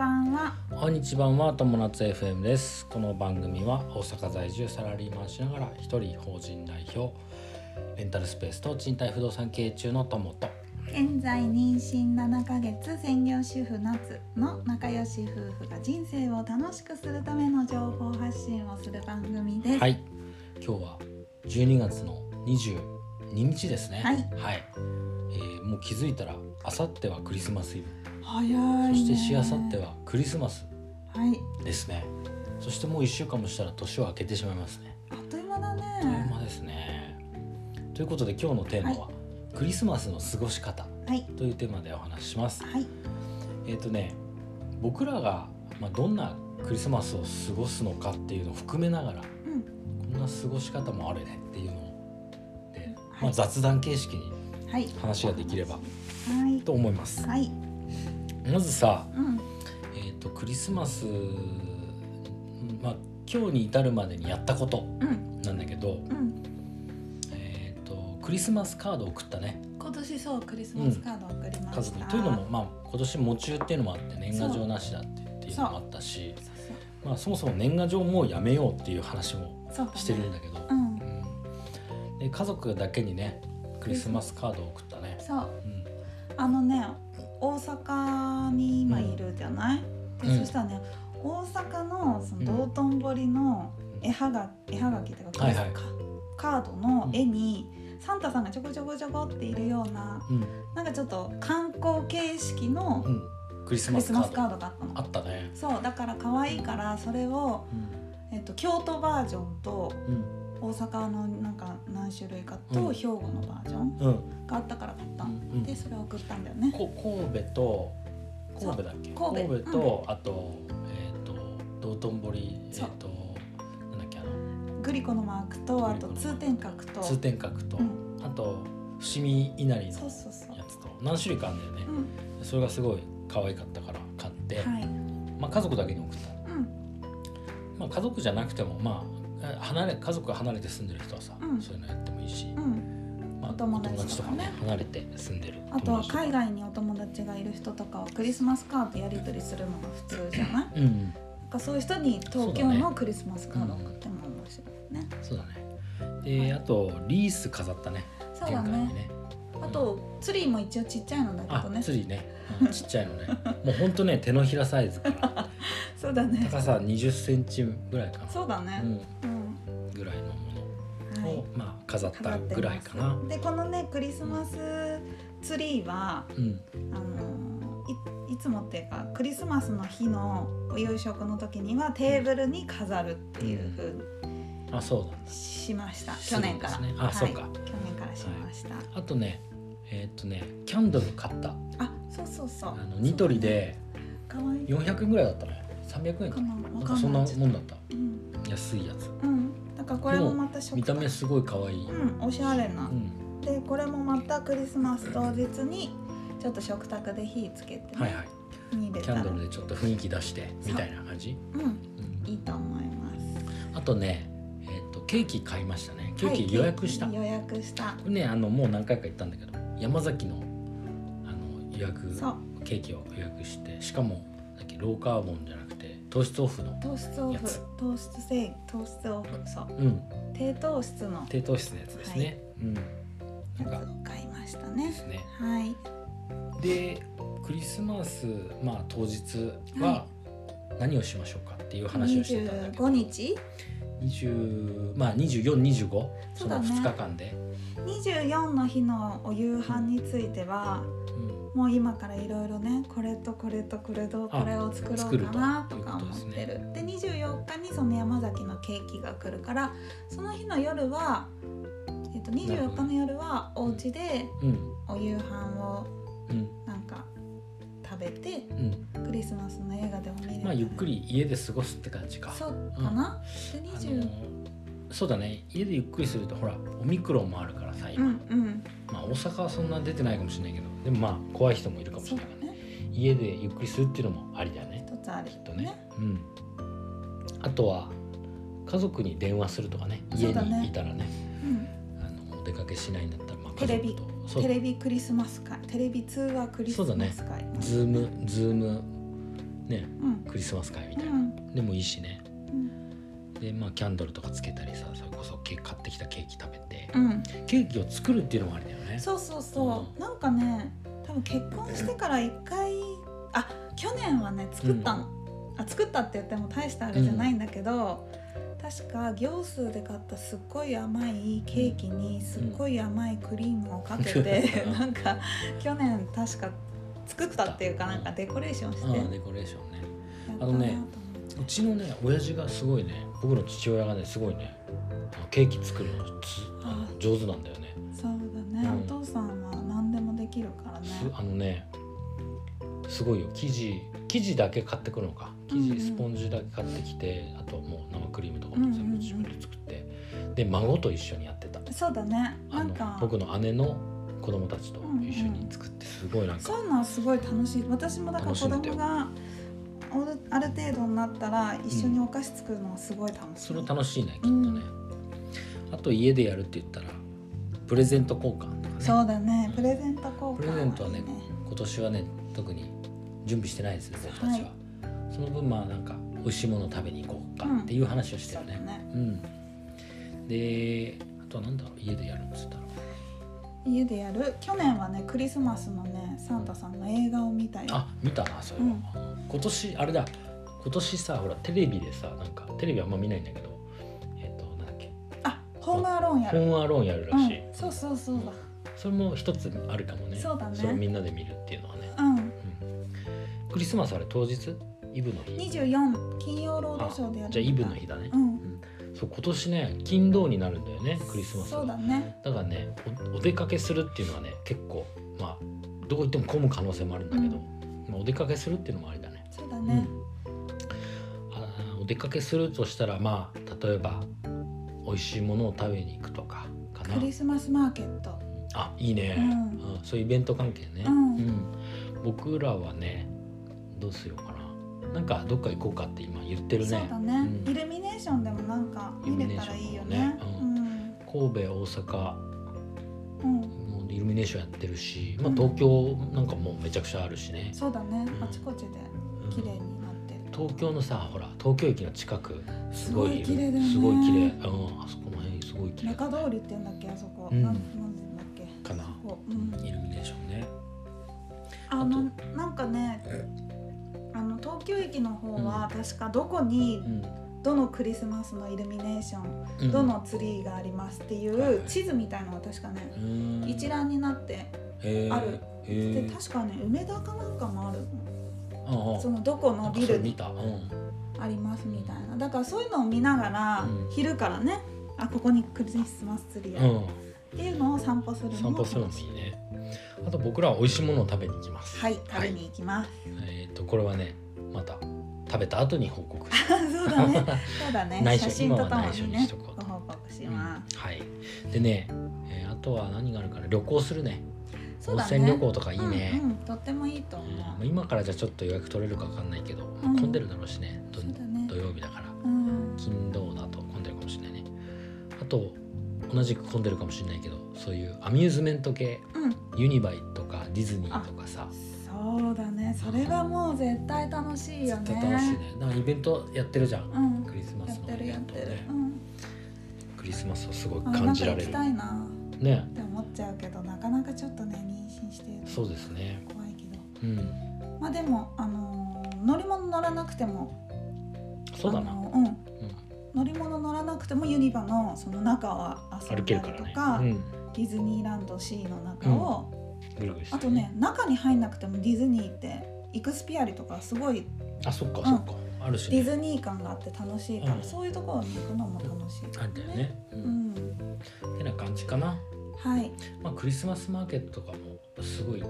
こんにちばんは友達 FM ですこの番組は大阪在住サラリーマンしながら一人法人代表レンタルスペースと賃貸不動産経営中の友と現在妊娠7ヶ月専業主婦夏の仲良し夫婦が人生を楽しくするための情報発信をする番組です。はい今日は12月の22日ですねはい、えーもう気づいたら明後日はクリスマスイブ早いね。そしてしあさってはクリスマスはい。ですねそしてもう1週間もしたら年は明けてしまいますねあっという間だあっというね。間ですねということで今日のテーマは、クリスマスの過ごし方はい。というテーマでお話ししますはい。えっ、とね僕らが、まあ、どんなクリスマスを過ごすのかっていうのを含めながらうん。こんな過ごし方もあるねっていうのをで、はまあ、い雑談形式にはい。話ができればはい。と思いますはい。まずさ、うん。えー、とクリスマス、まあ、今日に至るまでにやったことうん。なんだけど、うん。えー、とクリスマスカードを送ったね今年そうクリスマスカードを送りま家し族た。というのも、まあ、今年喪中っていうのもあって年賀状なしだってっていうのもあったしそうまあ、そもそも年賀状もうやめようっていう話もそう。そうだねしてるん。だけど、うん。うんで家族だけにねクリスマスカードを送ったね、そう。うん、あのね大阪に今いるじゃない、でうんそしたらね大阪のそうんの道頓堀のうん絵はが,、絵はがきっていうか,、はいはいかカードの絵に、サンタさんがちょこちょこちょこっているようなうんなんかちょっと観光形式のうんクリスクマリススカマースドカードがあったの。あったねそうだから可愛いからそれを、うんえっと、京都バージョンとうん大阪のなんか何種類かうとん兵庫のバージョンうんがあったから買ったうんんでそれを送ったんだよね。こ神戸と神戸だっけそう神戸と、あとえっ、と道頓堀えっ、そうとなんだっけあのグリコのマークとあと通天閣と通天閣と、うんあと伏見稲荷のそうそうそうやつと何種類かあるんだよね、うんそれがすごい可愛かったから買って、はいまあ、家族だけに送った、うんまあ、家族じゃなくても、まあ、え離れ家族が離れて住んでる人はさ、うんそういうのやってもいいし、うんまあ、お友達とかね離れて住んでるあとは友達海外にお友達がいる人とかはクリスマスカードやり取りするのが普通じゃ ないうんうんなんかそういう人に東京のクリスマスカードを送っても面白いねそうだねであとリース飾ったねそうだねにねあとツリーも一応ちっちゃいのだけあどねツリーね、うんちっちゃいのね もうほんとね手のひらサイズからそうだね高さ2 0ンチぐらいかなそうだねうんうん、ぐらいのもはのを、いまあ、飾っ飾たってますぐらいかなでこのねクリスマスツリーはうんあのいいつもっていうかクリスマスの日のお夕食の時にはテーブルに飾るっていう風にあそうだしました、す去る年んでかすら、ねあはい、そうか去年からしました、あとねえーっとねキャンドル買ったあそうそうそうあのニトリでかわいい400円ぐらいだったね300円かかなななわんかかそんんなないもちょっとんだったうん、安いやつうん、だからこれもまた食見た目すごい可愛い、うんおしゃれな、うんでこれもまたクリスマス当日にちょっと食卓で火つけて、ねはいはいに入れキたャらンドルでちょっと雰囲気出してみたいな感じ、うんうんいいと思いますあとね、えーっとケーキ買いましたねケーはキい予約した、予約したこれねあのもう何回か言ったんだけど山崎のあの予約そうケーキを予約してしかもだっけローカーボンじゃなくて糖質オフの糖質オやフつ糖質制糖質オフそううん低糖質の低糖質のやつですね、はうやんつなんかを買いましたでねすねはいでクリスマス、まあ、当日はは何をしましょうかっていう話をしてたんだけど25日20まあ、2425そそうだのね2日間で、 24の日のお夕飯についてはうんもう今からいろいろねこれとこれとこれとあこれを作ろうかなとか思っ作るとていうるで24日にその山崎のケーキが来るからその日の夜は、えっと、24日の夜はお家でうんお夕飯をうんなんか食べてうんクリスマスの映画でも見れたらまあ、ゆっくり家で過ごすって感じかそうかな、であ20のそうだね家でゆっくりするとほらオミクロンもあるからさう今、んうんまあ、大阪はそんな出てないかもしれないけどでもまあ怖い人もいるかもしそれうだないから、ね、ね家でゆっくりするっていうのもありだよね一つあるきっとねうん、あとは家族に電話するとかねそ家うだねにいたらねうん、あのお出かけしないんだったら、まあ、テレビ家族とそうテレビクリスマス会テレビ通話クリスマス会ズームズームねうんクリスマス会みうたいな、んでもいいしねうんでまあキャンドルとかつけたりさそれこそケーキ買ってきたケーキ食べて、うんケーキを作るっていうのもありだよねそうそうそうなんかね多分結婚してから一回あ去年はね作ったの、あ作ったって言っても大したあれじゃないんだけど、確か行数で買ったすっごい甘いケーキにすっごい甘いクリームをかけて、う んなんか去年確か作ったっていうかなんかデコレーションしてうやんデコレーションねったなとあの思ってねうちのね親父がすごいね僕の父親がねすごいねあのケーキ作るのつあのあ上手なんだよねそうだね、うんお父さんは何でもできるからねすあのねすごいよ生地生地だけ買ってくるのか生うんうん地スポンジだけ買ってきて、あとはもう生クリームとかも全部自分で作って、で孫と一緒にやってたそうだねなあんのか僕の姉の子供たちと一緒に作ってすごいなんか、そういうのはすごい楽しい私もだから楽し子んでたよ供がおるある程度になったら一緒にお菓子作るのはすごい楽しい、それ楽しいねきっとね、あと家でやるって言ったらプレゼント交換とかねそうだねプレゼント交換、プレゼントはね今年はね特に準備してないですね僕たちは、はその分まあなんか美味しいものを食べに行こうかっていう話をしてそるうだね、ねうんであとはなんだろう家でやるっつったら家でやる去年はねクリスマスのねサンタさんの映画を見たよあ見たなそれは、今年あれだ今年さほらテレビでさなんかテレビあんま見ないんだけどえっ、となんだっけあホームアローンやホる、ームアローンやるうらしい、ん、そうそうそうだそれも一つあるかもねそうだねれをみんなで見るっていうのはね、うんうん、クリスマスあれ当日イブの日24金曜ロードショーでやるじゃあイブの日だねう、んそう今年ね金土になるんだよねクリスマスがそうだねだからねおお出かけするっていうのはね結構まあどこ行っても混む可能性もあるんだけど、うまあお出かけするっていうのもありだねそうだね、あーお出かけするとしたらまあ例えば美味しいものを食べに行くとかかなクリスマスマーケットあいいね、ううんんそういうイベント関係ね、うん僕らはねどうしようかななんかどっか行こうかって今言ってるそうねだね、うんイルミネーションでもなんか見れたらいいよねイルミネーション神戸大阪うん、うんもうイルミネーションやってるし、まうあ、ん東京なんかもうめちゃくちゃあるしね、そうだねうんあちこちでうん綺麗になってる、東京のさほら東京駅の近くすごいすごい綺麗だよねすごい綺麗、うん、あそこの辺すごい綺麗中通りって言うんだっけあそこ、うんなんなんて言うんだっけかな、こう、ううんん、イルミネーションねあのなんかねあの東京駅の方は確かどこにどのクリスマスのイルミネーション、うんどのツリーがありますっていはいはうい地図みたいのが確かねうん一覧になってへーあるへでー確かね梅田かなんかもあるのうんうんそのどこなのんかビそれル見にた、うんありますみたいなだからそういうのを見ながら、うん昼からねあここにクリスマスツリーあるうん、っていうのを散歩するの散歩するのもいいねあと僕らは美味しいものを食べに行きますはい食べに行きます、えっ、とこれはねまた食べた後に報告し そうだねそうだね 内緒写真ととも今は内緒ににねしとこうごと報告しうんまはいでね、えーあとは何があるかな旅行するねす、そう温だね泉旅行とかいいねう、んうん、とってもいいとうんま思あう、今からじゃちょっと予約取れるかわかんないけど、まうあん混んでるだろうしね土そうだね土曜日だからうん、金土だと混んでるかもしれないねあと同じく混んでるかもしれないけどそういうアミューズメント系うん、ユニバイとかディズニーとかさそうだねそれはもう絶対楽しいよ絶ね対楽しいねなんかイベントやってるじゃん、うんクリスマやスっのてイるベやっントてる、ねうん、クリスマスをすごいあな感んじから行れきるたいなねって思っちゃうけどなかなかちょっとね妊娠してるそうですねと怖いけどうんまあでも、あのー乗り物乗らなくてもそうだな、あのーうん乗り物乗らなくてもユニバのその中は遊うん、ん歩けだるりからとねか、うんディズニーランド C の中を、ぐるぐるしてあとね中に入んなくてもディズニーってイクスピアリとかすごいあそっかそっか、あるし、ディね、ズニー感があって楽しいから、うんそういうところに行くのも楽しいあんだよね、ううんん、てな感じかな、はいまあ、クリスマスマーケットとかもすごい行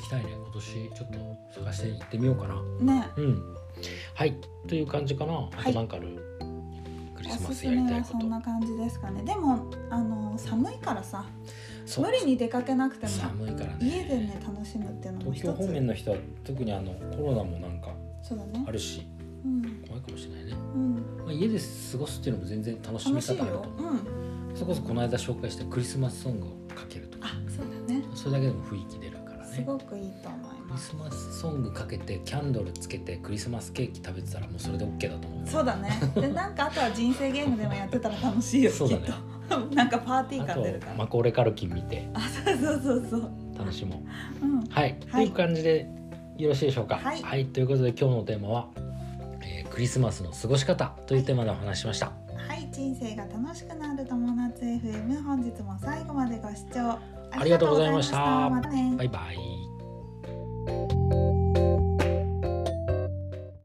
きたいね今年ちょっと探して行ってみようかなねうんはいという感じかなあはといなんかある、クリスおマすスすやりめたいはこそとんな感じですかねでも、あのー寒いからさそう無理に出かけなくても寒いからね家でね楽しむっていうのも東一京方面つの人は特にあのコロナもなんかそうだねあるしうん怖いかもしれないね、うんまあ、家で過ごすっていうのも全然楽しみ楽しい方あるとよ思。ううん。それこそこの間紹介したクリスマスソングをかけるとかあ、そうだね。それだけでも雰囲気出るからすねごくいいと思いリスマスソングかけてキャンドルつけてクリスマスケーキ食べてたらもうそれで OK だと思うそうだね でなんかあとは人生ゲームでもやってたら楽しいよきそうだねっと なんかパーティーあ感出るかとらマコーレカルキン見てあそうそうそうそう楽しもううんはい、はいという感じでよろしいでしょうか。はいということで今日のテーマは、えークリスマスの過ごし方というテーマでお話ししました。はい人生が楽しくなる友達 FM 本日も最後までご視聴ありがとうございましたありがとうございまたねバイバイ。